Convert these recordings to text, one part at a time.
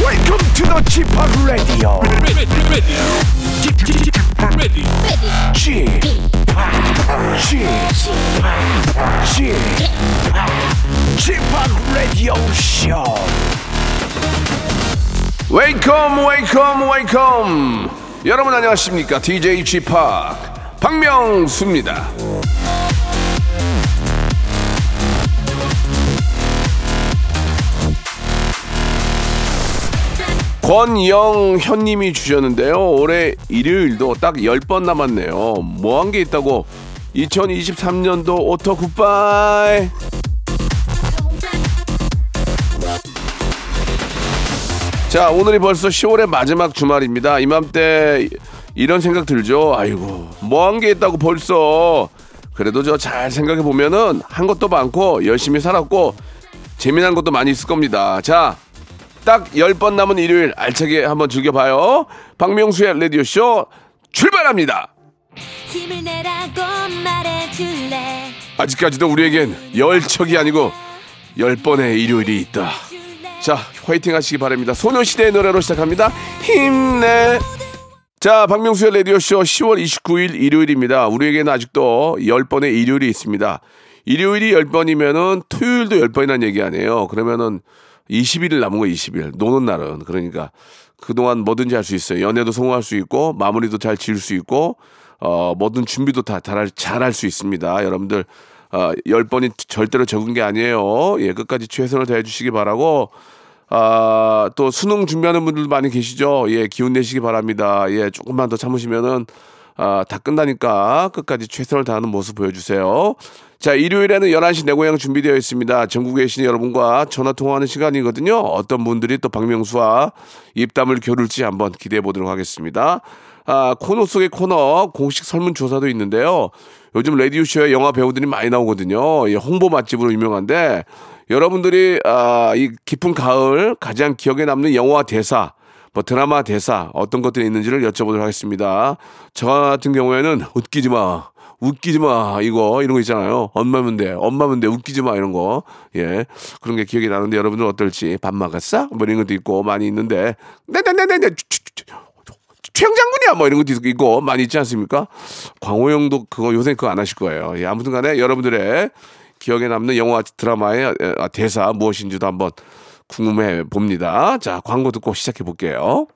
Welcome to the Chip Radio. ready, ready, Chip, chip, chip, ready, Chip, Chip, Chip, Chip Radio Show. Welcome, welcome, welcome. 여러분 안녕하십니까? DJ Chip 박명수입니다. 권영현님이 주셨는데요. 올해 일요일도 딱 10번 남았네요. 뭐 한 게 있다고 2023년도 오터 굿바이. 자, 오늘이 벌써 10월의 마지막 주말입니다. 이맘때 이런 생각 들죠. 아이고, 뭐 한 게 있다고 벌써. 그래도 저 잘 생각해 보면은 한 것도 많고 열심히 살았고 재미난 것도 많이 있을 겁니다. 자, 딱 10번 남은 일요일 알차게 한번 즐겨봐요. 박명수의 라디오쇼 출발합니다. 힘을 내라고 말해줄래 아직까지도 우리에겐 열척이 아니고 열번의 일요일이 있다. 줄래 자, 화이팅 하시기 바랍니다. 소녀시대의 노래로 시작합니다. 힘내. 자, 박명수의 라디오쇼 10월 29일 일요일입니다. 우리에게는 아직도 10번의 일요일이 있습니다. 일요일이 10번이면은 토요일도 10번이라는 얘기 아니에요. 그러면은 20일 남은 거 20일. 노는 날은. 그러니까 그동안 뭐든지 할 수 있어요. 연애도 성공할 수 있고, 마무리도 잘 지을 수 있고, 어, 뭐든 준비도 다 잘할, 잘할 수 있습니다. 여러분들, 어, 10번이 절대로 적은 게 아니에요. 예, 끝까지 최선을 다해 주시기 바라고, 아, 또 수능 준비하는 분들도 많이 계시죠. 예, 기운 내시기 바랍니다. 예, 조금만 더 참으시면은 아, 다 끝나니까 끝까지 최선을 다하는 모습 보여주세요. 자, 일요일에는 11시 내 고향 준비되어 있습니다. 전국에 계신 여러분과 전화 통화하는 시간이거든요. 어떤 분들이 또 박명수와 입담을 겨룰지 한번 기대해 보도록 하겠습니다. 아, 코너 속의 코너 공식 설문조사도 있는데요. 요즘 라디오쇼에 영화 배우들이 많이 나오거든요. 예, 홍보 맛집으로 유명한데 여러분들이 아, 이 깊은 가을 가장 기억에 남는 영화 대사 뭐 드라마 대사 어떤 것들이 있는지를 여쭤보도록 하겠습니다. 저 같은 경우에는 웃기지 마. 웃기지 마 이거 이런 거 있잖아요 엄마면 돼 엄마면 돼 웃기지 마 이런 거예 그런 게 기억이 나는데 여러분들 어떨지 밥 먹었어 뭐 이런 것도 있고 많이 있는데 네네네네네 최영장군이야 뭐 이런 것도 있고 많이 있지 않습니까? 광호형도 그거 요새 그거 안 하실 거예요. 예, 아무튼간에 여러분들의 기억에 남는 영화 드라마의 아, 대사 무엇인지도 한번 궁금해 봅니다. 자 광고 듣고 시작해 볼게요.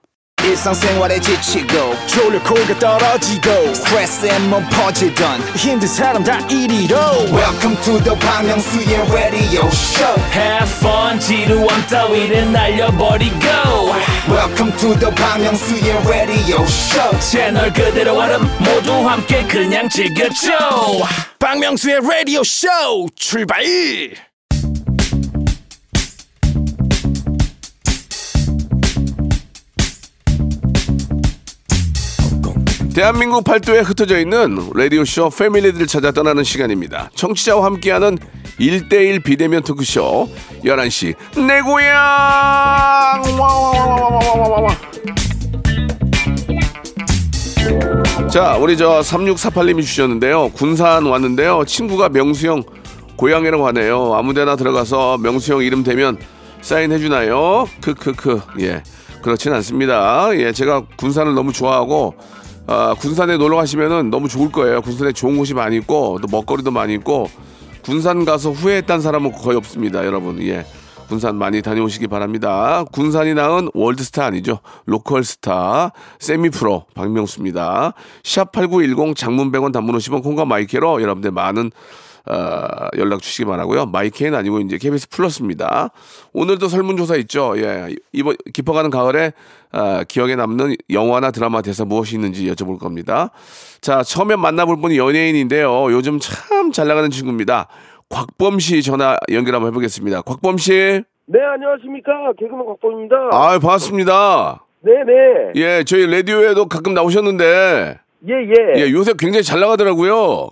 일상생활에 지치고, 졸려 코가 떨어지고, 스트레스에 몸 퍼지던, 힘든 사람 다 이리로. welcome to the Bang Myung-soo's radio show Have fun 지루함 따위를 날려버리고 welcome to the Bang Myung-soo's radio show 채널 그대로 얼음 모두 함께 그냥 즐겨줘 박명수의 radio show 출발 대한민국 팔도에 흩어져 있는 라디오쇼 패밀리들을 찾아 떠나는 시간입니다. 청취자와 함께하는 1대1 비대면 토크쇼 11시 내 고향 와와와와와와와와 자 우리 저 3648님이 주셨는데요. 군산 왔는데요. 친구가 명수형 고향이라고 하네요. 아무데나 들어가서 명수형 이름 대면 사인해주나요? 크크크 예 그렇진 않습니다. 예 제가 군산을 너무 좋아하고 아, 군산에 놀러 가시면은 너무 좋을 거예요. 군산에 좋은 곳이 많이 있고 또 먹거리도 많이 있고 군산 가서 후회했다는 사람은 거의 없습니다, 여러분. 예. 군산 많이 다녀오시기 바랍니다. 군산이 낳은 월드스타 아니죠. 로컬스타 세미프로 박명수입니다. 샵8910 장문 100원 단문 50원 콩과 마이케로 여러분들 많은 어, 연락 주시기 바라고요. 마이케는 아니고 이제 KBS 플러스입니다. 오늘도 설문조사 있죠. 예, 이번 깊어가는 가을에 아, 기억에 남는 영화나 드라마 대사 무엇이 있는지 여쭤볼 겁니다. 자, 처음에 만나볼 분이 연예인인데요. 요즘 참 잘 나가는 친구입니다. 곽범 씨 전화 연결 한번 해보겠습니다. 곽범 씨, 네, 안녕하십니까. 개그맨 곽범입니다. 아 반갑습니다. 네네. 예, 저희 라디오에도 가끔 나오셨는데, 예, 예. 예, 요새 굉장히 잘 나가더라고요.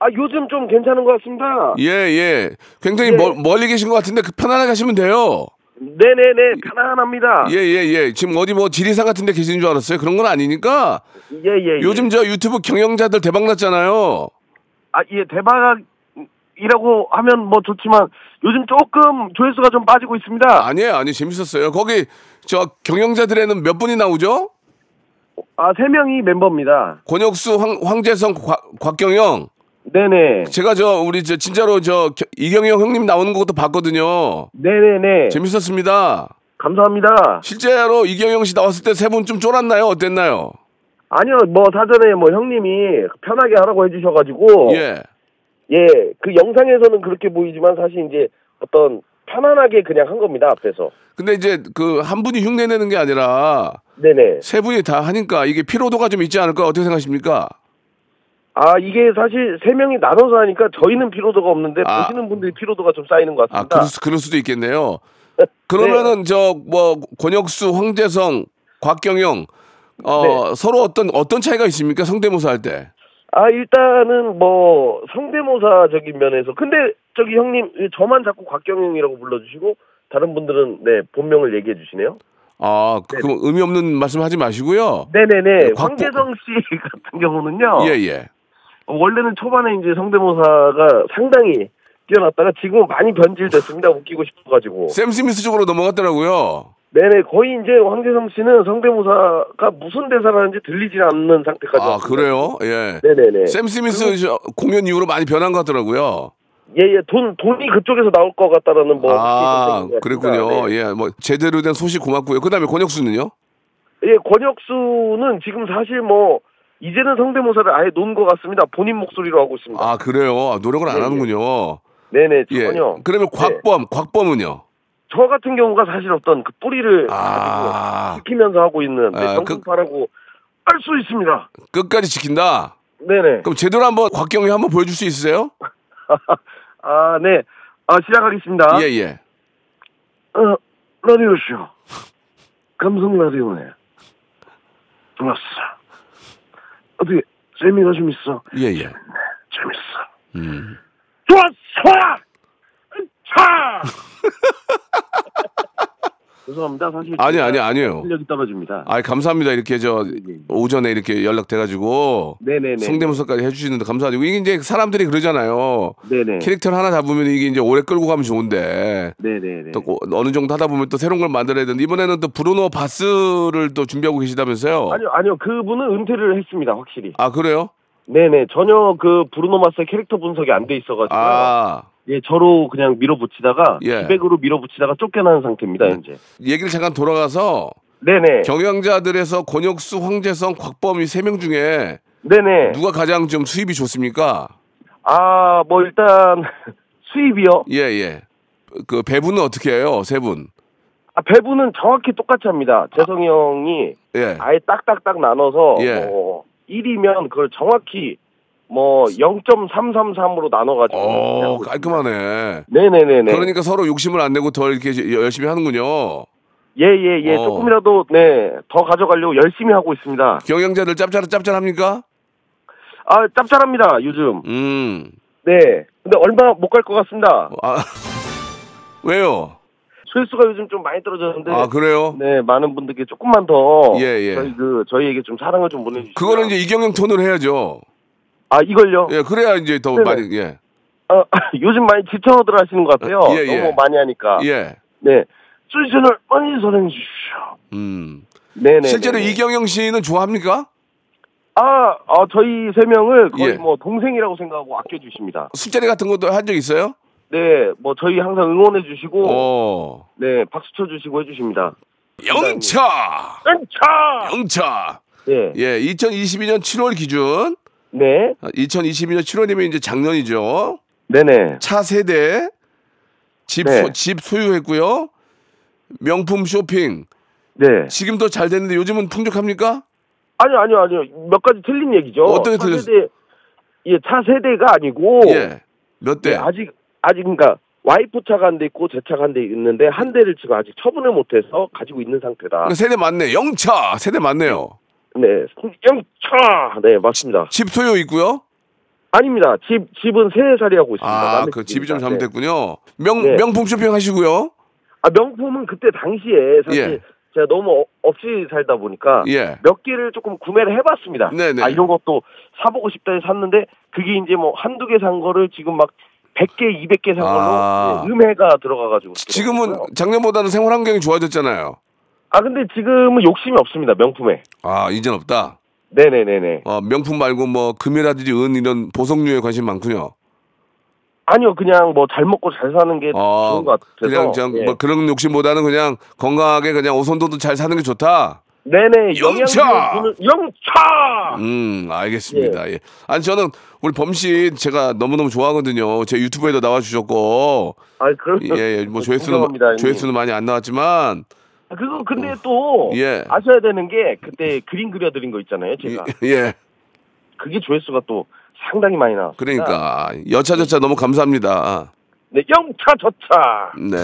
아, 요즘 좀 괜찮은 것 같습니다. 예, 예, 굉장히 멀, 멀리 계신 것 같은데 그 편안하게 하시면 돼요. 네네네. 편안합니다. 예, 예, 예. 지금 어디 뭐 지리산 같은 데 계시는 줄 알았어요. 그런 건 아니니까. 예, 예. 예. 요즘 저 유튜브 경영자들 대박 났잖아요. 아, 예, 대박, 이라고 하면 뭐 좋지만 요즘 조금 조회수가 좀 빠지고 있습니다. 아니에요, 아니 재밌었어요. 거기 저 경영자들에는 몇 분이 나오죠? 아, 세 명이 멤버입니다. 권혁수, 황, 황재성, 곽, 곽경영. 네네. 제가 저 우리 저 진짜로 저 겨- 이경영 형님 나오는 것도 봤거든요. 네네네. 재밌었습니다. 감사합니다. 실제로 이경영 씨 나왔을 때 세 분 좀 쫄았나요? 어땠나요? 아니요, 뭐 사전에 뭐 형님이 편하게 하라고 해주셔가지고 예. 예, 그 영상에서는 그렇게 보이지만 사실 이제 어떤 편안하게 그냥 한 겁니다 앞에서. 근데 이제 그 한 분이 흉내 내는 게 아니라 네네. 세 분이 다 하니까 이게 피로도가 좀 있지 않을까 어떻게 생각하십니까? 아 이게 사실 세 명이 나눠서 하니까 저희는 피로도가 없는데 아. 보시는 분들이 피로도가 좀 쌓이는 것 아 같습니다. 그럴, 수, 그럴 수도 있겠네요. 그러면은 네. 저 뭐 권혁수, 황재성, 곽경영 어 네. 서로 어떤 어떤 차이가 있습니까? 성대모사 할 때. 아 일단은 뭐 성대모사적인 면에서 근데 저기 형님 저만 자꾸 곽경영이라고 불러주시고 다른 분들은 네 본명을 얘기해 주시네요. 아, 그, 그럼 의미 없는 말씀 하지 마시고요. 네네네. 곽보- 황재성 씨 같은 경우는요. 예, 예. 원래는 초반에 이제 성대모사가 상당히 뛰어났다가 지금은 많이 변질됐습니다. 웃기고 싶어가지고. 샘 스미스 쪽으로 넘어갔더라고요. 네네 거의 이제 황재성 씨는 성대모사가 무슨 대사를 하는지 들리지 않는 상태까지. 아, 왔습니다. 그래요? 예. 네네네. 샘 스미스 저 공연 이후로 많이 변한 것 같더라고요. 예예 돈 돈이 그쪽에서 나올 것 같다라는 뭐. 아, 그런 생각이 그랬군요. 있습니다. 네. 예, 뭐 제대로 된 소식 고맙고요. 그다음에 권혁수는요? 예 권혁수는 지금 사실 뭐 이제는 성대모사를 아예 놓은 것 같습니다. 본인 목소리로 하고 있습니다. 아, 그래요. 아, 노력을 안 예, 예. 하는군요. 네네 예. 전혀. 그러면 곽범, 곽범은요? 저 같은 경우가 사실 어떤 그 뿌리를 아. 가지고 지키면서 하고 있는 네, 아, 그- 정통파라고 알 수 있습니다. 끝까지 지킨다. 네네. 그럼 제대로 한번 곽경이 한번 보여줄 수 있으세요? 아, 네. 아, 시작하겠습니다. 예, 예. 어, 라디오쇼. 감성 라디오네. 좋았어. 어떻게, 재미가 좀 있어? 예, 예. 재밌어. 음. 좋았어! 차! 죄송합니다. 사실. 아니, 아니, 아니에요. 실력이 떨어집니다. 아, 감사합니다. 이렇게 저 오전에 이렇게 연락돼 가지고 네네네. 성대모사까지 해주시는데 감사드리고 이게 이제 사람들이 그러잖아요. 네네. 캐릭터를 하나 잡으면 이게 이제 오래 끌고 가면 좋은데 네네네. 또 고- 어느 정도 하다 보면 또 새로운 걸 만들어야 되는데 이번에는 또 브루노 바스를 또 준비하고 계시다면서요? 아니요, 아니요. 그분은 은퇴를 했습니다, 확실히. 아 그래요? 네네. 전혀 그 브루노 마스의 캐릭터 분석이 안 돼 있어가지고. 아 예, 저로 그냥 밀어붙이다가 예. 기백으로 밀어붙이다가 쫓겨나는 상태입니다, 현재. 얘기를 잠깐 돌아가서 네네. 경영자들에서 권혁수, 황재성, 곽범이 세 명 중에 네네. 누가 가장 좀 수입이 좋습니까? 아, 뭐 일단 수입이요. 예 예. 그 배분은 어떻게 해요? 세 분. 아, 배분은 정확히 똑같이 합니다. 재성이 형이 아. 예. 아예 딱딱딱 나눠서 예. 뭐 1이면 그걸 정확히 뭐 0.333으로 나눠가지고. 오 하고 깔끔하네. 네네네네. 어, 그러니까 서로 욕심을 안 내고 더 이렇게 열심히 하는군요. 예예예. 어. 조금이라도 네 더 가져가려고 열심히 하고 있습니다. 경영자들 짭짤 짭짤합니까? 아 짭짤합니다 요즘. 음. 네. 근데 얼마 못 갈 것 같습니다. 아 왜요? 조회수가 요즘 좀 많이 떨어졌는데. 아 그래요? 네, 많은 분들께 조금만 더 예, 예. 저희 그 저희에게 좀 사랑을 좀 보내주시고 그거는 이제 이경영 톤으로 해야죠. 아 이걸요. 예, 그래야 이제 더 네네. 많이 예. 아, 요즘 많이 지쳐들 하시는 것 같아요. 예, 예. 너무 많이 하니까. 예. 네, 출신을 많이 사랑해 주십시오. 음. 네네. 실제로 이경영 씨는 좋아합니까? 아, 아, 저희 세 명을 거의 예. 뭐 동생이라고 생각하고 아껴주십니다. 술자리 같은 것도 한 적 있어요? 네, 뭐 저희 항상 응원해 주시고, 어. 네, 박수 쳐 주시고 해주십니다. 영차. 차. 영차. 네, 예, 2022년 7월 기준. 네, 2022년 7월이면 이제 작년이죠. 네네. 차 세대 집, 네. 소, 집 소유했고요. 명품 쇼핑. 네. 지금도 잘 됐는데 요즘은 풍족합니까? 아니요, 아니요, 아니요. 몇 가지 틀린 얘기죠. 어떻게 차 세대, 예, 차 세대가 아니고 예. 몇 대? 예, 아직 아직 그러니까 와이프 차가 한 대 있고 제 차가 한 대 있는데 한 대를 지금 아직 처분을 못해서 가지고 있는 상태다. 그러니까 세대 맞네. 영차 세대 맞네요. 네, 영차. 네, 맞습니다. 집 소유 있고요. 아닙니다. 집 집은 세 살이 하고 있습니다. 아, 남의 그 집이 좀 집입니다. 네. 잘못됐군요. 명 네. 명품 쇼핑 하시고요. 아 명품은 그때 당시에 사실 예. 제가 너무 어- 없이 살다 보니까 예. 몇 개를 조금 구매를 해봤습니다. 네네. 아 이런 것도 사보고 싶다 해서 샀는데 그게 이제 뭐 한두 개 산 거를 지금 막 100개, 200개 상으로 네, 아. 음해가 들어가가지고. 지금은 들어가고요. 작년보다는 생활 환경이 좋아졌잖아요. 아 근데 지금은 욕심이 없습니다 명품에. 아, 이젠 없다. 네네네네. 어, 명품 말고 뭐 금이라든지 은 이런 보석류에 관심 많군요. 아니요 그냥 뭐 잘 먹고 잘 사는 게 어, 좋은 것 같아서. 그냥 그냥 예. 뭐 그런 욕심보다는 그냥 건강하게 그냥 오손도도 잘 사는 게 좋다. 네네 영차! 영양제 영차. 음, 알겠습니다. 예. 아니 저는 우리 범씨 제가 너무너무 좋아하거든요. 제 유튜브에도 나와 주셨고. 아 그럼 예, 예. 뭐 조회수는 존경합니다, 형님. 조회수는 많이 안 나왔지만 아, 그거 근데 또 예. 음. 아셔야 되는 게 그때 그림 그려드린 거 있잖아요 제가 예. 그게 조회수가 또 상당히 많이 나. 그러니까 아. 여차저차 너무 감사합니다. 네 영차 저차. 네.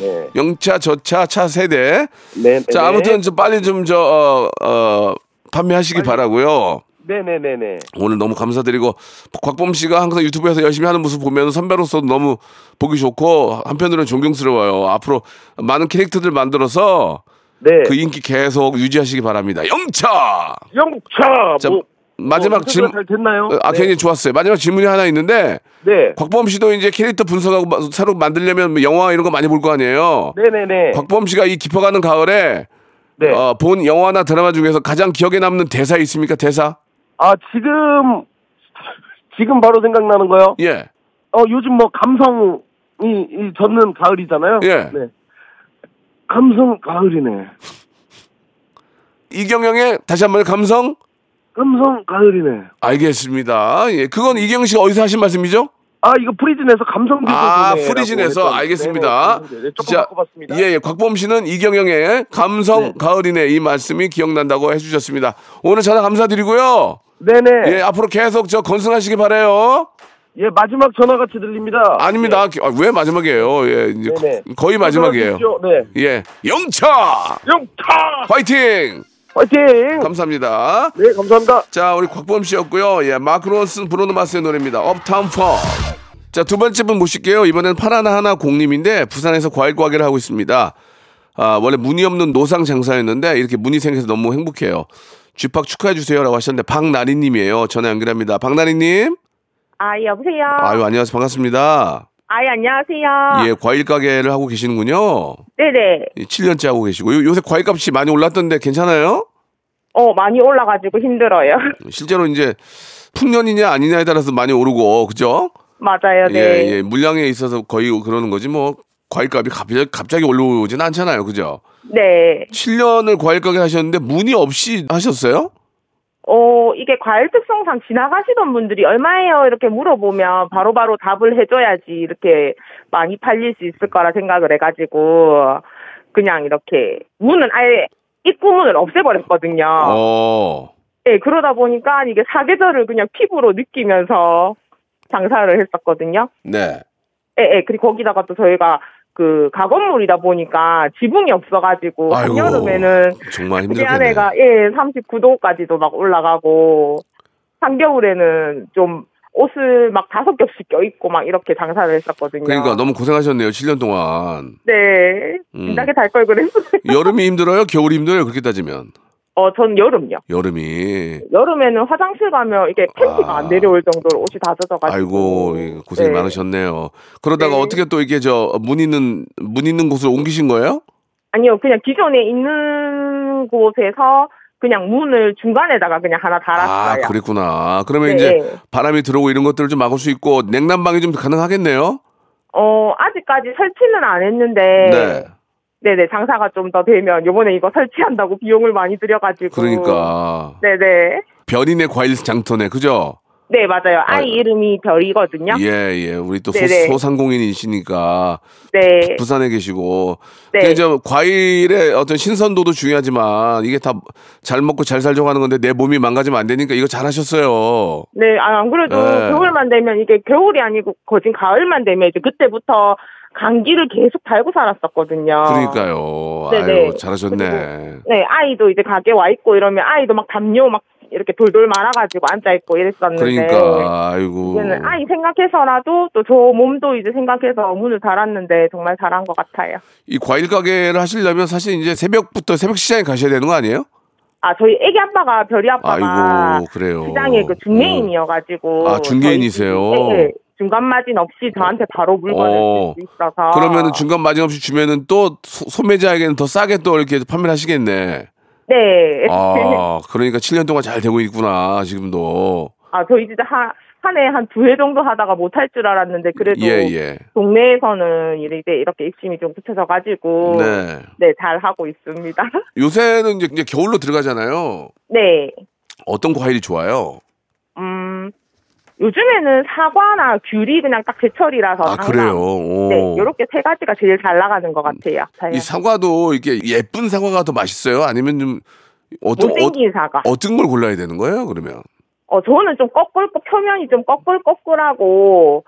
네. 영차 저차 차 세대. 네. 자, 아무튼 좀 빨리 좀 저 어, 어, 판매하시기 바라고요. 네네네네. 오늘 너무 감사드리고 곽범 씨가 항상 유튜브에서 열심히 하는 모습 보면 선배로서 너무 보기 좋고 한편으로는 존경스러워요. 앞으로 많은 캐릭터들 만들어서 네. 그 인기 계속 유지하시기 바랍니다. 영차. 영차. 자, 뭐 마지막 뭐 질문. 인터뷰가 잘 됐나요? 아, 네. 괜히 좋았어요. 마지막 질문이 하나 있는데 네. 곽범 씨도 이제 캐릭터 분석하고 마- 새로 만들려면 뭐 영화 이런 거 많이 볼 거 아니에요. 네네네. 곽범 씨가 이 깊어가는 가을에 네. 어, 본 영화나 드라마 중에서 가장 기억에 남는 대사 있습니까? 대사? 아 지금 지금 바로 생각나는 거요. 예. 어 요즘 뭐 감성이 이 젖는 가을이잖아요. 예. 네. 감성 가을이네. 이경영의 다시 한번 감성? 감성 가을이네. 알겠습니다. 예. 그건 이경 씨가 어디서 하신 말씀이죠? 아 이거 프리즌에서 감성 비디오 아, 보내라고 프리즌에서 했던- 알겠습니다. 네네, 네, 조금 진짜, 바꿔봤습니다. 예, 예. 곽범 씨는 이경영의 감성 가을이네 이 말씀이 기억난다고 해주셨습니다. 오늘 전화 감사드리고요. 네네. 예, 예. 앞으로 계속 저 건승하시기 바래요. 마지막 전화 같이 들립니다. 아닙니다. 아, 왜 마지막이에요? 예, 이제 네. 네네. 거- 거의 마지막이에요. 주십시오. 네. 예, 영차 영타 화이팅! 화이팅. 감사합니다. 네 감사합니다. 자, 우리 곽범 씨였고요. 예, 마크 론슨 브로노 마스의 노래입니다. 업타운 펑. 자, 두 번째 분 모실게요. 이번엔 파라나하나 공님인데 부산에서 과일 과게를 하고 있습니다. 아, 원래 문이 없는 노상 장사였는데 이렇게 문이 생겨서 너무 행복해요. 쥐팍 축하해 주세요라고 하셨는데 박나리 님이에요. 전화 연결합니다. 박나리 님. 아, 예, 여보세요? 아유, 안녕하세요. 반갑습니다. 아, 예, 안녕하세요. 예, 과일 가게를 하고 계시는군요. 네네. 예, 7년째 하고 계시고 요, 요새 과일값이 많이 올랐던데 괜찮아요? 어, 많이 올라가지고 힘들어요. 실제로 이제 풍년이냐 아니냐에 따라서 많이 오르고 그죠? 맞아요, 네. 예, 예. 물량에 있어서 거의 그러는 거지 뭐 과일값이 갑자기, 갑자기 올라오진 않잖아요. 그죠? 네. 7년을 과일 가게 하셨는데 문의 없이 하셨어요? 어, 이게 과일 특성상 지나가시던 분들이 얼마예요? 이렇게 물어보면 바로바로 답을 해줘야지 이렇게 많이 팔릴 수 있을 거라 생각을 해가지고, 그냥 이렇게, 문은 아예, 입구 문을 없애버렸거든요. 어. 예, 그러다 보니까 이게 사계절을 그냥 피부로 느끼면서 장사를 했었거든요. 네. 예, 예. 그리고 거기다가 또 저희가 그 가건물이다 보니까 지붕이 없어가지고 아이고. 한여름에는 정말 우리 힘들겠네. 안에가 예 39도까지도 막 올라가고 한겨울에는 좀 옷을 막 다섯 겹씩 껴입고 막 이렇게 장사를 했었거든요. 그러니까 너무 음. 고생하셨네요. 7년 동안. 네 진작에 달 걸 그랬어요. 여름이 힘들어요? 겨울이 힘들어요? 그렇게 따지면. 어, 전 여름요. 여름이. 여름에는 화장실 가면 이게 팬티가 아. 안 내려올 정도로 옷이 다 젖어가지고. 아이고 예, 고생이 네. 많으셨네요. 그러다가 네. 어떻게 또 이게 저 문 있는 문 있는 곳으로 옮기신 거예요? 아니요, 그냥 기존에 있는 곳에서 그냥 문을 중간에다가 그냥 하나 아 달았어요. 그랬구나. 그러면 네, 이제 네. 바람이 들어오고 이런 것들을 좀 막을 수 있고 냉난방이 좀 가능하겠네요. 어, 아직까지 설치는 안 했는데. 네. 음. 네네, 장사가 좀 더 되면, 요번에 이거 설치한다고 비용을 많이 들여가지고. 그러니까 네네. 별이네 과일 장터네 그죠? 네, 맞아요. 아이 아이고. 이름이 별이거든요. 예예 우리 또 네네. 소, 상공인이시니까 네. 부산에 계시고 네. 근데 저 과일의 어떤 신선도도 중요하지만 이게 다 잘 먹고 잘 살자고 하는 건데 내 몸이 망가지면 안 되니까 이거 잘하셨어요. 네, 아, 안 그래도 네. 겨울만 되면 이게 겨울이 아니고 거진 가을만 되면 이제 그때부터 감기를 계속 달고 살았었거든요. 그러니까. 그러니까요. 아. 네네. 아유 잘하셨네. 네, 아이도 이제 가게 와 있고 이러면 아이도 막 담요 막 이렇게 돌돌 말아가지고 앉아있고 이랬었는데. 그러니까 아이고. 네. 이제는 아이 생각해서라도 또 저 몸도 이제 생각해서 문을 달았는데 정말 잘한 것 같아요. 이 과일 가게를 하시려면 사실 이제 새벽부터 새벽 시장에 가셔야 되는 거 아니에요? 아 저희 애기 아빠가 별이 아빠가 아이고 그래요. 시장의 그 중개인이어가지고 아, 중개인이세요? 저희 집이- 네, 네. 중간 마진 없이 저한테 바로 물건을 어. 줄수 있어서 그러면은 중간 마진 없이 주면은 또 소- 소매자에게는 더 싸게 또 이렇게 판매를 하시겠네. 네. 아, 그러니까 7년 동안 잘 되고 있구나, 지금도. 아, 저희 진짜 한, 한 해 한 두 회 정도 하다가 못 할 줄 알았는데, 그래도 예, 예. 동네에서는 이렇게, 이렇게 입심이 좀 붙여져가지고, 네. 네. 잘 하고 있습니다. 요새는 이제, 이제 겨울로 들어가잖아요. 네. 어떤 과일이 좋아요? 음, 요즘에는 사과나 귤이 그냥 딱 제철이라서. 아, 항상 그래요. 오. 네, 요렇게 세 가지가 제일 잘 나가는 것 같아요. 다양한. 이 사과도 이렇게 예쁜 사과가 더 맛있어요? 아니면 좀 어떤 어, 못생긴 사과. 어떤 걸 골라야 되는 거예요? 그러면 어, 저는 좀 꺼끌꺼, 표면이 좀 꺼끌꺼끌하고,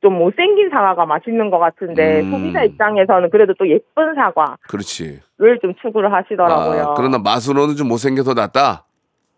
좀 못생긴 사과가 맛있는 것 같은데, 음. 소비자 입장에서는 그래도 또 예쁜 사과를 그렇지. 좀 추구를 하시더라고요. 아, 그러나 맛으로는 좀 못생겨서 낫다.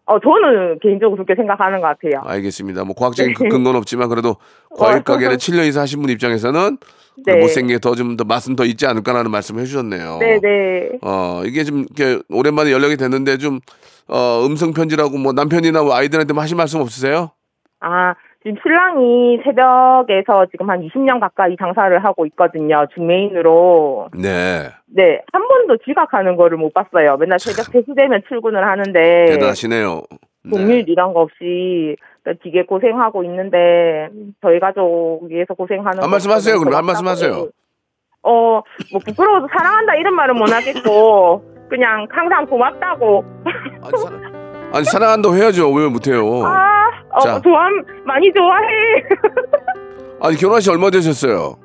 어, 저는 개인적으로 그렇게 생각하는 것 같아요. 알겠습니다. 뭐 과학적인 그 근거는 없지만 그래도 과일 가게를 7년 이상 하신 분 입장에서는 그 네. 못생겨 더좀 더 맛은 더 있지 않을까라는 말씀을 해주셨네요. 네네. 어 이게 좀 이렇게 오랜만에 연락이 됐는데 좀 어, 음성 편지라고 뭐 남편이나 뭐 아이들한테 뭐 하실 말씀 없으세요? 아, 지금 신랑이 새벽에서 지금 한 20년 가까이 장사를 하고 있거든요. 중매인으로. 네 네, 한 번도 지각하는 거를 못 봤어요. 맨날 새벽 3시 되면 출근을 하는데. 대단하시네요. 네. 공휴일 이런 거 없이 그러니까 되게 고생하고 있는데 저희 가족 위해서 고생하는 한 거 말씀 하세요, 보면서 그럼. 한 말씀 막상 하세요. 어, 뭐 부끄러워서 사랑한다 이런 말은 못 하겠고 그냥 항상 고맙다고 아니, 사랑, 아니 사랑한다고 해야죠. 왜 못해요? 아, 자. 어, 좋아 많이 좋아해. 아니 결혼하신 지 얼마 되셨어요?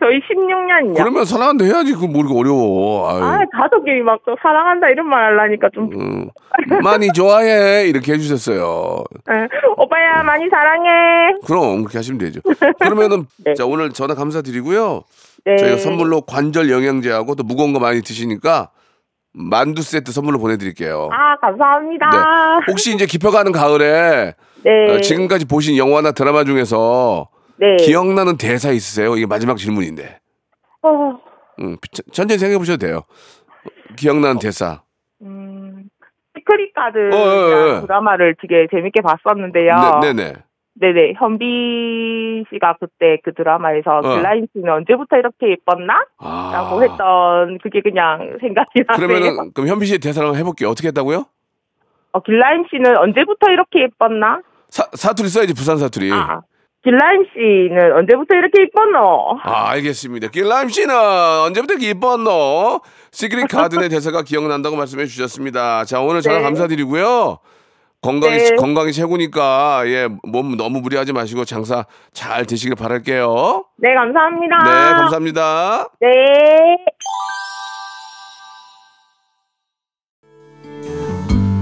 저희 16년이요. 그러면 사랑한다고 해야지 그거 모르고 어려워. 아유. 아, 가족이 막또 사랑한다 이런 말 하려니까 좀 음, 많이 좋아해 이렇게 해주셨어요. 에, 오빠야 많이 사랑해. 그럼 그렇게 하시면 되죠. 그러면은 네. 자 오늘 전화 감사드리고요. 네. 저희가 선물로 관절 영양제하고 또 무거운 거 많이 드시니까 만두 세트 선물로 보내드릴게요. 아, 감사합니다. 혹시 이제 깊어가는 가을에 네. 어, 지금까지 보신 영화나 드라마 중에서 네. 기억나는 대사 있으세요? 이게 마지막 질문인데. 어, 음, 천- 천천히 생각해 보셔도 돼요. 어, 기억나는 대사. 음, 시크릿 가든 어, 어, 어. 드라마를 되게 재밌게 봤었는데요. 네, 네, 네. 네네. 현비 씨가 그때 그 드라마에서 글라인 씨는 언제부터 이렇게 예뻤나? 어. 아. 라고 했던 그게 그냥 생각이 나네요. 그러면은 그럼 현빈 씨의 대사를 한번 해볼게요. 어떻게 했다고요? 어, 길라임 씨는 언제부터 이렇게 예뻤나? 사, 사투리 써야지 부산 사투리. 아, 길라임 씨는 언제부터 이렇게 예뻤노? 아, 알겠습니다. 길라임 씨는 언제부터 이렇게 이뻤노? 시크릿 가든의 대사가 기억난다고 말씀해 주셨습니다. 자, 오늘 전화 네. 감사드리고요. 건강이, 네. 건강이 최고니까, 예, 몸 너무 무리하지 마시고 장사 잘 되시길 바랄게요. 네, 감사합니다. 네, 감사합니다. 네.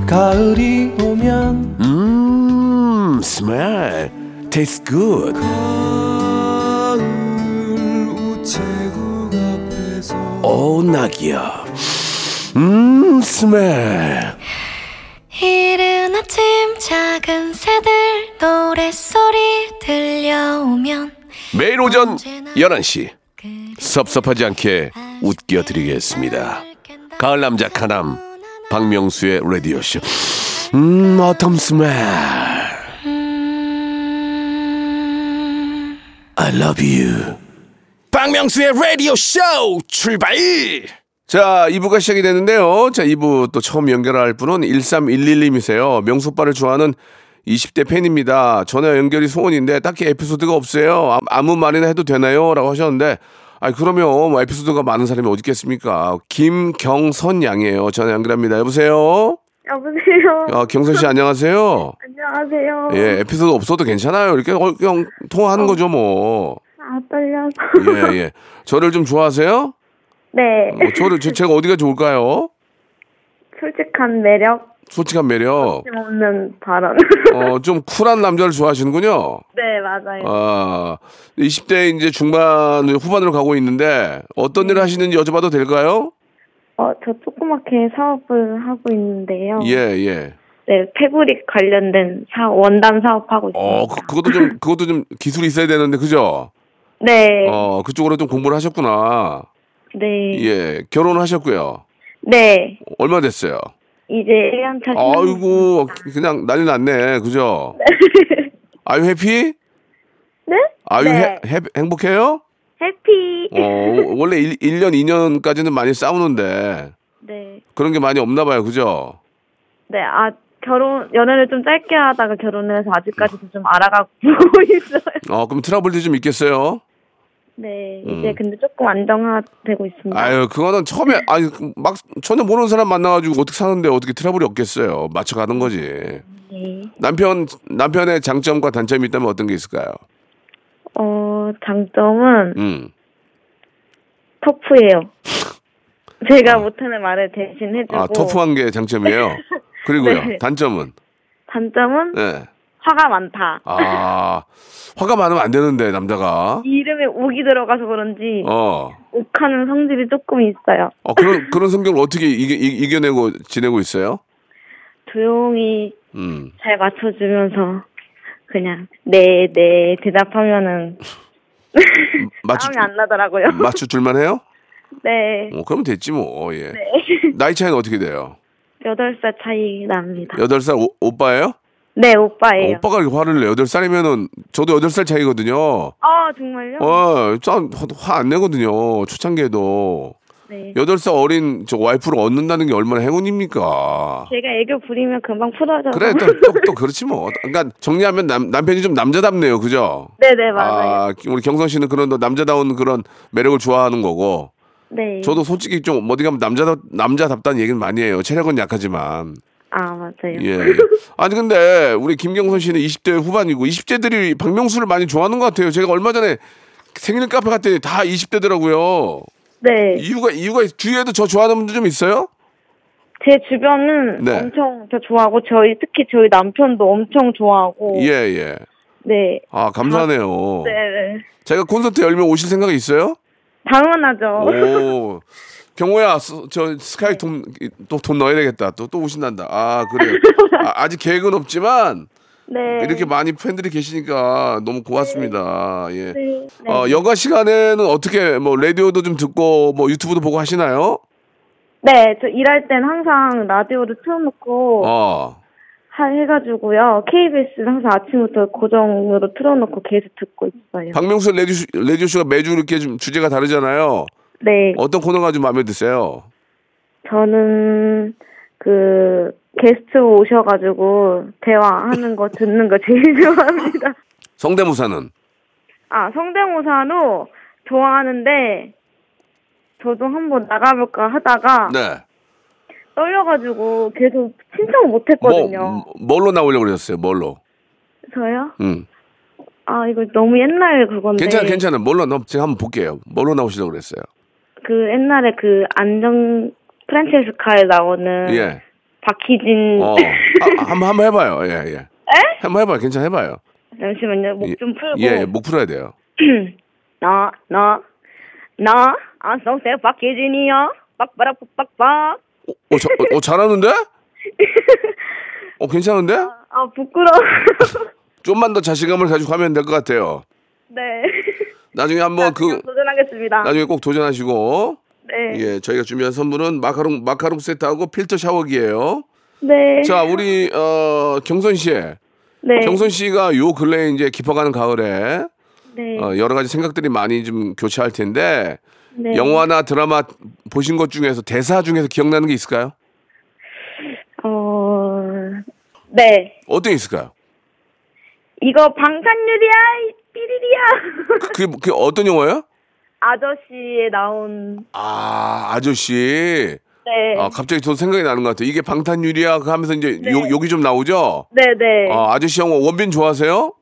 가을이 오면 음, smell tastes good. 가을 우체국 앞에서 오, 낙이야. 음, smell. 이른 아침 작은 새들 노랫소리 들려오면 매일 오전 11시. 섭섭하지 않게 웃겨드리겠습니다. 가을 남자 카남 박명수의 라디오 쇼. 음, 어텀 스멜. I love you. 박명수의 라디오 쇼 출발 자, 2부가 시작이 되는데요. 자, 2부 또 처음 연결할 분은 1311님이세요. 명수빠를 좋아하는 20대 팬입니다. 전화 연결이 소원인데 딱히 에피소드가 없어요. 아, 무 말이나 해도 되나요? 라고 하셨는데 아, 그러면 뭐 에피소드가 많은 사람이 어디 있겠습니까? 김경선 양이에요. 전화 연결합니다. 여보세요? 여보세요. 아, 경선 씨 안녕하세요. 안녕하세요. 예, 에피소드 없어도 괜찮아요. 이렇게 얼- 그냥 통화하는 거죠, 뭐. 아, 떨려서. 예, 예. 저를 좀 좋아하세요? 네. 뭐 저를 제- 제가 어디가 좋을까요? 솔직한 매력 솔직한 매력. 없는 발언. 어, 좀 쿨한 남자를 좋아하시는군요. 네, 맞아요. 아, 20대 이제 중반, 후반으로 가고 있는데 어떤 일을 하시는지 여쭤봐도 될까요? 어, 저 조그맣게 사업을 하고 있는데요. 예, 예. 네, 패브릭 관련된 사업, 원단 사업하고 있습니다. 어, 그, 그것도 좀, 그것도 좀 기술이 있어야 되는데, 그죠? 네, 어, 그쪽으로 좀 공부를 하셨구나. 네, 예, 결혼하셨고요. 네. 얼마 됐어요? 이제 1년 차. 아이고, 그냥 난리 났네. 그죠? 아유, 해피? 네? 아유 네. 해- 해- 행복해요? 해피. 어, 원래 1, 일년 2년까지는 많이 싸우는데 네. 그런 게 많이 없나 봐요. 그죠? 네. 아 결혼 연애를 좀 짧게 하다가 결혼해서 아직까지도 좀 알아가고 있어요. 어, 그럼 트러블도 좀 있겠어요? 네. 이제 근데 조금 안정화되고 있습니다. 음. 아유, 그거는 처음에 네. 아니 막 전혀 모르는 사람 만나 가지고 어떻게 사는데 어떻게 트러블이 없겠어요. 맞춰 가는 거지. 네. 남편 남편의 장점과 단점이 있다면 어떤 게 있을까요? 어 장점은 음. 터프예요. 제가 못하는 말을 대신 해주고. 아, 터프한 게 장점이에요. 그리고요. 네. 단점은 단점은 예. 화가 많다. 아, 화가 많으면 안 되는데 남자가. 이 이름에 옥이 들어가서 그런지 어. 욱하는 성질이 조금 있어요. 어 그런 그런 성격을 어떻게 이겨, 이, 겨내고 지내고 있어요? 조용히 음. 잘 맞춰주면서 그냥 네네 대답하면은 맞추 마음이 안 나더라고요. 맞추 줄만 해요? 네 어, 그러면 됐지 뭐. 어, 예. 나이 차이는 어떻게 돼요? 여덟 살 차이 납니다. 여덟 살 오- 오빠예요? 네 어, 오빠예요. 오빠가 이렇게 화를 내. 여덟 살이면은 저도 여덟 살 차이거든요. 아 정말요? 어, 화안 내거든요. 초창기에도. 네. 여덟 살 어린 저 와이프를 얻는다는 게 얼마나 행운입니까? 제가 애교 부리면 금방 풀어져. 그래 또 또 그렇지 뭐. 그러니까 정리하면 남, 남편이 좀 남자답네요, 그죠? 네네 맞아요. 아, 우리 경선 씨는 그런 더 남자다운 그런 매력을 좋아하는 거고, 네. 저도 솔직히 좀 어디 가면 남자다 남자답다는 얘기는 많이 해요. 체력은 약하지만. 아 맞아요. 예. 아니 근데 우리 김경선 씨는 20대 후반이고 20대들이 박명수를 많이 좋아하는 것 같아요. 제가 얼마 전에 생일 카페 갔더니 다 20대더라고요. 네. 이유가 이유가 주위에도 저 좋아하는 분들 좀 있어요? 제 주변은 네. 엄청 저 좋아하고 저희 특히 저희 남편도 엄청 좋아하고 예 예. 네. 아 감사하네요. 네. 네. 제가 콘서트 열면 오실 생각이 있어요? 당연하죠. 오. 경호야, 스- 저 스카이 돈, 또 돈 넣어야 되겠다. 또, 또 오신단다. 아, 그래. 아, 직 계획은 없지만, 네. 이렇게 많이 팬들이 계시니까 너무 고맙습니다. 예. 네. 네. 어, 여가 시간에는 어떻게, 뭐, 라디오도 좀 듣고, 뭐, 유튜브도 보고 하시나요? 네, 저 일할 땐 항상 라디오를 틀어놓고 어. 하- 해가지고요. KBS는 항상 아침부터 고정으로 틀어놓고 계속 듣고 있어요. 박명수 라디오, 라디오쇼가 매주 이렇게 좀 주제가 다르잖아요. 네, 어떤 코너가 좀 마음에 드세요? 저는 그 게스트 오셔가지고 대화하는 거 듣는 거 제일 좋아합니다. 성대모사는? 아, 성대모사도 좋아하는데 저도 한번 나가볼까 하다가 네. 떨려가지고 계속 신청 뭐, 못했거든요. 뭘로 나오려고 그러셨어요? 뭘로? 저요? 음. 아, 이거 너무 옛날 그건데. 괜찮아, 괜찮아. 뭘로 나 제가 한번 볼게요. 뭘로 나오시려고 그랬어요? 그 옛날에 그 안정 프란체스카에 나오는 예. 박희진 어. 아, 한번 한번 해봐요. 예, 예. 한번 해봐요. 괜찮아, 해봐요. 잠시만요 목 좀 예, 풀고 예, 예, 목 풀어야 돼요. 나나나 아, 안성세 박희진이야 빡빠라 빡빡빡 어, 어, 자, 어, 어, 잘하는데? 어, 괜찮은데? 아 부끄러워 좀만 더 자신감을 가지고 하면 될 것 같아요. 네 나중에 아, 한번 그 도전하겠습니다 나중에 꼭 도전하시고 네네 예, 저희가 준비한 선물은 마카롱 마카롱 세트하고 필터 샤워기예요. 네. 자, 우리 어, 경선 씨. 네. 경선 씨가 요 근래에 이제 깊어가는 가을에 네. 어, 여러 가지 생각들이 많이 좀 교차할 텐데 네. 영화나 드라마 보신 것 중에서 대사 중에서 기억나는 게 있을까요? 어, 어네 어떤 게 있을까요? 이거 방탄유리야 이 삐리리야 그게, 뭐, 그게 어떤 영화예요? 아저씨에 나온 아 아저씨. 네 아 갑자기 저도 생각이 나는 것 같아요. 이게 방탄유리야 그 하면서 이제 욕, 욕이 좀 나오죠. 네네 아, 아저씨 영화 원빈 좋아하세요?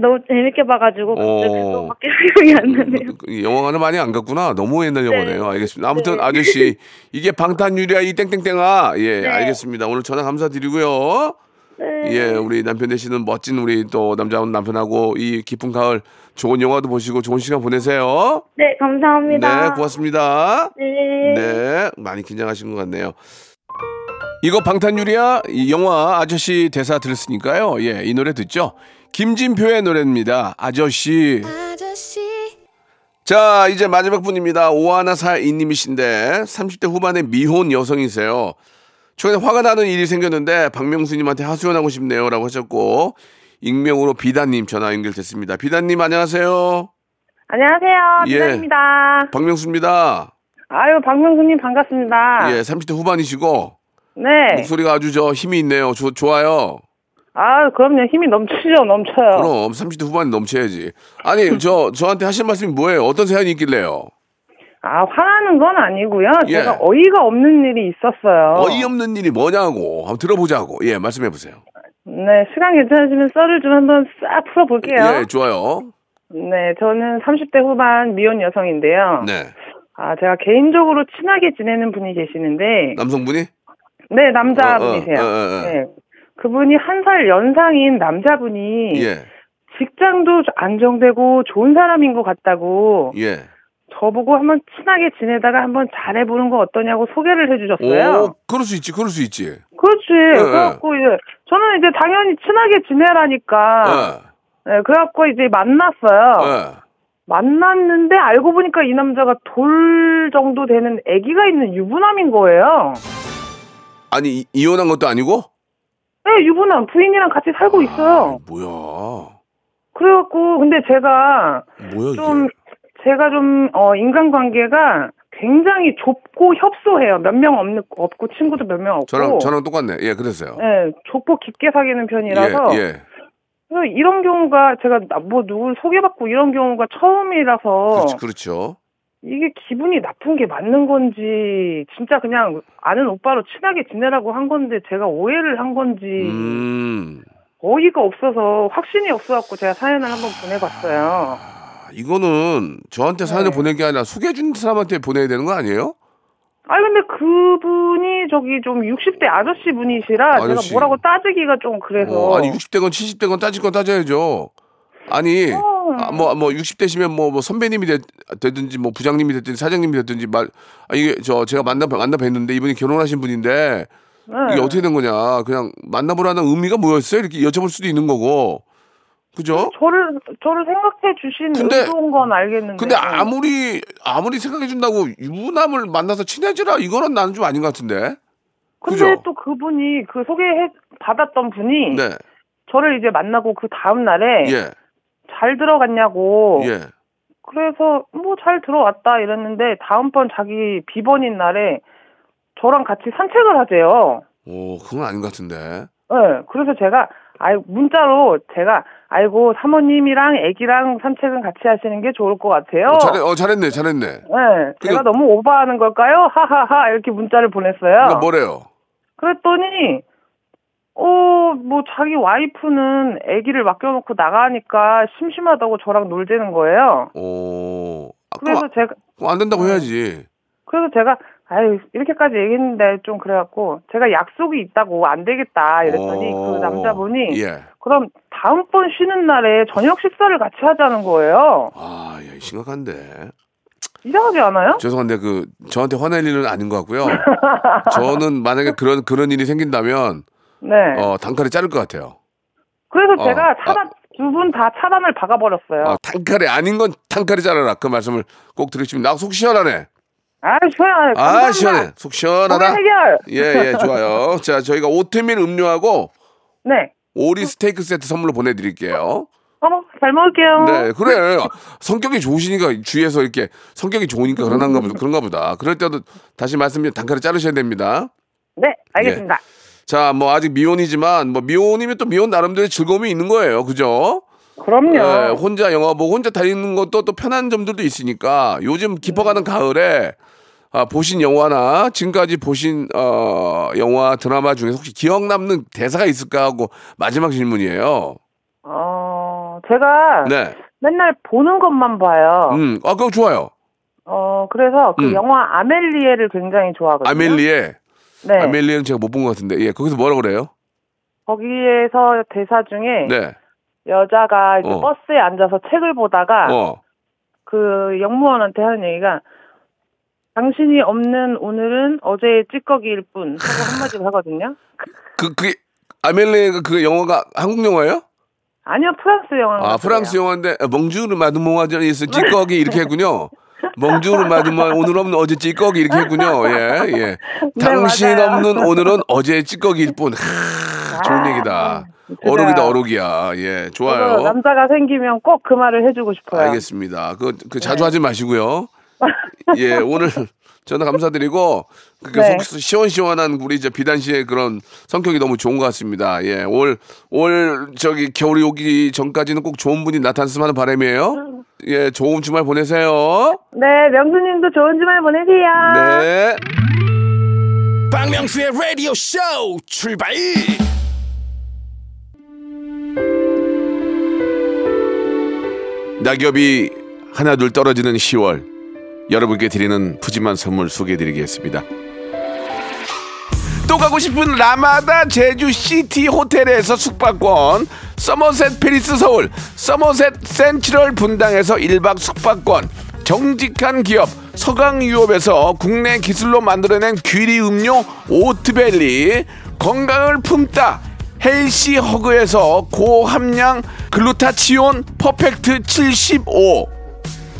너무 재밌게 봐가지고 갑자기 어. 또밖에 생각이 안 나네요. 이 그, 영화관을 많이 안 갔구나. 너무 옛날 영화네요. 알겠습니다. 아무튼 네. 아저씨 이게 방탄유리야 이 땡땡땡아. 예 알겠습니다. 오늘 전화 감사드리고요. 네. 예, 우리 남편 되시는 멋진 우리 또 남자분 남편하고 이 깊은 가을 좋은 영화도 보시고 좋은 시간 보내세요. 네, 감사합니다. 네, 고맙습니다. 네. 네, 많이 긴장하신 것 같네요. 이거 방탄유리야 이 영화 아저씨 대사 들었으니까요. 예, 이 노래 듣죠. 김진표의 노래입니다. 아저씨. 아저씨 자, 이제 마지막 분입니다. 오하나 사이님이신데 30대 후반의 미혼 여성이세요. 최근에 화가 나는 일이 생겼는데 박명수님한테 하소연하고 싶네요라고 하셨고 익명으로 비다님 전화 연결됐습니다. 비다님 안녕하세요. 안녕하세요. 예. 비나입니다. 박명수입니다. 아유, 박명수님 반갑습니다. 예, 30대 후반이시고 아. 네. 목소리가 아주 저 힘이 있네요. 조- 좋아요. 아, 그럼요. 힘이 넘치죠, 넘쳐요. 그럼 30대 후반 넘쳐야지. 아니 저 저한테 하실 말씀이 뭐예요? 어떤 사연이 있길래요? 아, 화나는 건 아니고요. 예. 제가 어이가 없는 일이 있었어요. 어이없는 일이 뭐냐고 한번 들어보자고. 예, 말씀해 보세요. 네, 시간 괜찮으시면 썰을 좀 한번 싹 풀어볼게요. 예, 좋아요. 네, 저는 30대 후반 미혼 여성인데요. 네, 아, 제가 개인적으로 친하게 지내는 분이 계시는데, 남성분이? 네, 어, 어, 남자분이세요. 어, 어. 네. 그분이 한 살 연상인 남자분이 예, 직장도 안정되고 좋은 사람인 것 같다고 예. 저보고 한번 친하게 지내다가 한번 잘해보는 거 어떠냐고 소개를 해주셨어요. 오, 그럴 수 있지, 그럴 수 있지. 그렇지. 예. 그래갖고 이제 저는 이제 당연히 친하게 지내라니까. 네, 그래갖고 이제 예, 만났어요. 네. 만났는데 알고 보니까 이 남자가 돌 정도 되는 아기가 있는 유부남인 거예요. 아니 이- 이혼한 것도 아니고? 네, 유부남 부인이랑 같이 살고 아, 있어요. 뭐야? 그래갖고 근데 제가 뭐야 좀 이게? 제가 좀 어, 인간관계가 굉장히 좁고 협소해요. 몇 명 없는 없고 친구도 몇 명 없고. 저랑 저랑 똑같네. 예, 그랬어요. 네, 좁고 깊게 사귀는 편이라서 예, 예. 그래서 이런 경우가 제가 나- 뭐 누굴 소개받고 이런 경우가 처음이라서 그렇죠, 그렇죠. 이게 기분이 나쁜 게 맞는 건지 진짜 그냥 아는 오빠로 친하게 지내라고 한 건데 제가 오해를 한 건지 음, 어이가 없어서 확신이 없어갖고 제가 사연을 한번 보내봤어요. 아, 이거는 저한테 사연을 네. 보낸 게 아니라 소개해준 사람한테 보내야 되는 거 아니에요? 아 근데 그분이 저기 좀 60대 아저씨 분이시라 제가 아저씨. 뭐라고 따지기가 좀 그래서 어, 아니 60대건 70대건 따질 건 따져야죠. 아니 어. 아, 뭐, 뭐 60대시면 뭐, 뭐 선배님이 됐, 되든지 뭐 부장님이 됐든지 사장님이 됐든지 말 아, 이게 저 제가 만나 만나 뵀는데 이분이 결혼하신 분인데 네. 이게 어떻게 된 거냐 그냥 만나보라는 의미가 뭐였어요 이렇게 여쭤볼 수도 있는 거고 그죠? 저를 저를 생각해 주신 근데- 의도인 건 알겠는데 근데 아무리 아무리 생각해 준다고 유부남을 만나서 친해지라 이거는 나는 좀 아닌 것 같은데. 근데 그죠? 또 그분이 그 소개해 받았던 분이 네. 저를 이제 만나고 그 다음 날에 예. 잘 들어갔냐고 예. 그래서 뭐 잘 들어왔다 이랬는데 다음번 자기 비번인 날에 저랑 같이 산책을 하재요. 오, 그건 아닌 것 같은데. 예. 그래서 제가 아이 문자로 제가 아이고 사모님이랑 아기랑 산책은 같이 하시는 게 좋을 것 같아요. 어, 잘해, 어, 잘했네, 잘했네. 예, 그게- 제가 너무 오버하는 걸까요? 하하하 이렇게 문자를 그러니까 보냈어요. 뭐래요? 그랬더니 어 뭐 자기 와이프는 아기를 맡겨놓고 나가니까 심심하다고 저랑 놀자는 거예요. 오, 아, 그럼 그래서 네. 제가 아, 그럼 안 된다고 해야지. 그래서 제가 아유 이렇게까지 얘기했는데 좀 그래갖고 제가 약속이 있다고 안 되겠다 이랬더니 오, 그 남자분이 어, 예. 그럼 다음번 쉬는 날에 저녁 식사를 같이 하자는 거예요 아, 야, 심각한데. 이상하지 않아요? 죄송한데 그 저한테 화낼 일은 아닌 것 같고요. 저는 만약에 그런 그런 일이 생긴다면 네 어, 단칼에 자를 것 같아요. 그래서 어, 제가 아. 차단 두 분 다 차단을 박아버렸어요 아, 단칼에 아닌 건 단칼에 자르라. 그 말씀을 꼭 드리시면 나 속 시원하네. 아 시원하네 아, 감사합니다. 시원해. 속 고민 시원하다. 해결 예, 예, 좋아요. 자, 저희가 오트밀 음료하고 네 오리 스테이크 세트 선물로 보내드릴게요. 어머 잘 먹을게요 네, 그래. 성격이 좋으시니까 주위에서 이렇게 성격이 좋으니까 그런가 보다. 그런가 보다. 그럴 때도 다시 말씀드리면 단칼에 자르셔야 됩니다. 네, 알겠습니다 자, 뭐 아직 미혼이지만 뭐 미혼이면 또 미혼 나름대로 즐거움이 있는 거예요. 그죠? 그럼요 예, 혼자 영화 보고 혼자 다니는 것도 또 편한 점들도 있으니까 요즘 깊어가는 가을에 아, 보신 영화나 지금까지 보신 어, 영화 드라마 중에서 혹시 기억 남는 대사가 있을까 하고 마지막 질문이에요. 어 제가 네. 맨날 보는 것만 봐요 음. 아, 그거 좋아요. 어 그래서 그 음. 영화 아멜리에를 굉장히 좋아하거든요. 아멜리에. 네. 아멜리에는 제가 못 본 것 같은데. 예. 거기서 뭐라 그래요? 거기에서 대사 중에 네. 여자가 이제 어. 버스에 앉아서 책을 보다가 어. 그 영무원한테 하는 얘기가 당신이 없는 오늘은 어제의 찌꺼기일 뿐 하고 한마디를 하거든요. 그 그게 아멜리에가 그 영화가 한국 영화예요? 아니요 프랑스 영화. 아, 프랑스 영화인데 멍주르 마드몽아전이 있어 찌꺼기 이렇게 했군요. 멍주르 마드몽 오늘 없는 어제 찌꺼기 이렇게 했군요. 예, 예. 네, 당신 맞아요. 아, 없는 오늘은 어제 찌꺼기일 뿐. 하, 좋은 얘기다. 어록이다 어록이야. 예, 좋아요. 그래서 남자가 생기면 꼭 그 말을 해주고 싶어요. 알겠습니다. 그, 그 자주 하지 마시고요. 예, 오늘 전화 감사드리고 그게 네. 속 시원시원한 우리 이제 비단 씨의 그런 성격이 너무 좋은 것 같습니다. 예, 올 올 저기 겨울이 오기 전까지는 꼭 좋은 분이 나타났으면 하는 바람이에요. 예, 좋은 주말 보내세요. 네, 명수님도 좋은 주말 보내세요. 네. 박명수의 라디오 쇼 출발 낙엽이 하나둘 떨어지는 10월 여러분께 드리는 푸짐한 선물 소개해드리겠습니다. 또 가고 싶은 라마다 제주 시티 호텔에서 숙박권, 서머셋 페리스 서울, 서머셋 센트럴 분당에서 1박 숙박권, 정직한 기업 서강유업에서 국내 기술로 만들어낸 귀리 음료 오트벨리, 건강을 품다 헬시 허그에서 고함량 글루타치온 퍼펙트 75,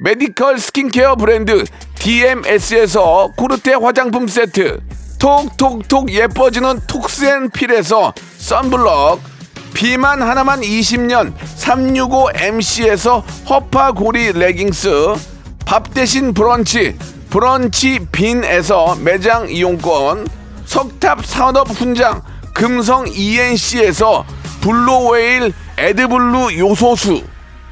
메디컬 스킨케어 브랜드 DMS에서 코르테 화장품 세트 톡톡톡 예뻐지는 톡스앤필에서 썬블럭 비만 하나만 20년 365MC에서 허파고리 레깅스 밥 대신 브런치 브런치 빈에서 매장 이용권 석탑 산업 훈장 금성 ENC에서 블루웨일 에드블루 요소수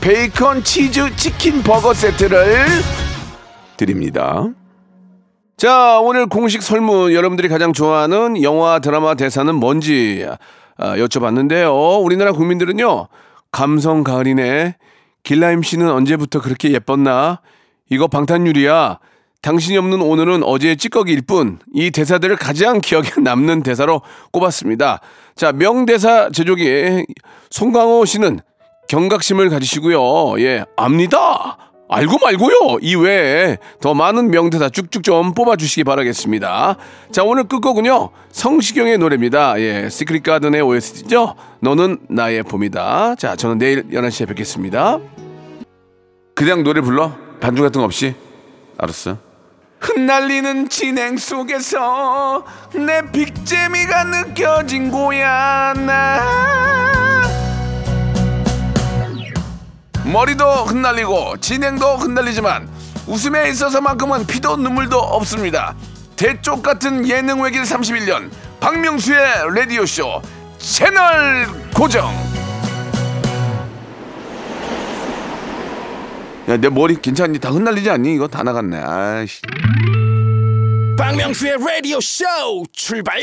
베이컨 치즈 치킨 버거 세트를 드립니다. 자 오늘 공식 설문 여러분들이 가장 좋아하는 영화 드라마 대사는 뭔지 아, 여쭤봤는데요. 우리나라 국민들은요 감성 가을이네 길라임 씨는 언제부터 그렇게 예뻤나 이거 방탄유리야 당신이 없는 오늘은 어제의 찌꺼기일 뿐 이 대사들을 가장 기억에 남는 대사로 꼽았습니다. 자 명대사 제조기 송강호 씨는 경각심을 가지시고요. 예, 압니다. 알고 말고요. 이외에 더 많은 명대사 쭉쭉 좀 뽑아주시기 바라겠습니다. 자, 오늘 끝곡은요. 성시경의 노래입니다. 예, 시크릿 가든의 OST죠. 너는 나의 봄이다. 자, 저는 내일 11시에 뵙겠습니다. 그냥 노래 불러? 반주 같은 거 없이? 알았어. 흩날리는 진행 속에서 내 빅재미가 느껴진 거야, 나. 머리도 흩날리고 진행도 흩날리지만 웃음에 있어서만큼은 피도 눈물도 없습니다. 대쪽 같은 예능 외길 31년 박명수의 라디오 쇼 채널 고정. 야 내 머리 괜찮니? 다 흩날리지 않니? 이거 다 나갔네. 아이씨. 박명수의 라디오 쇼 출발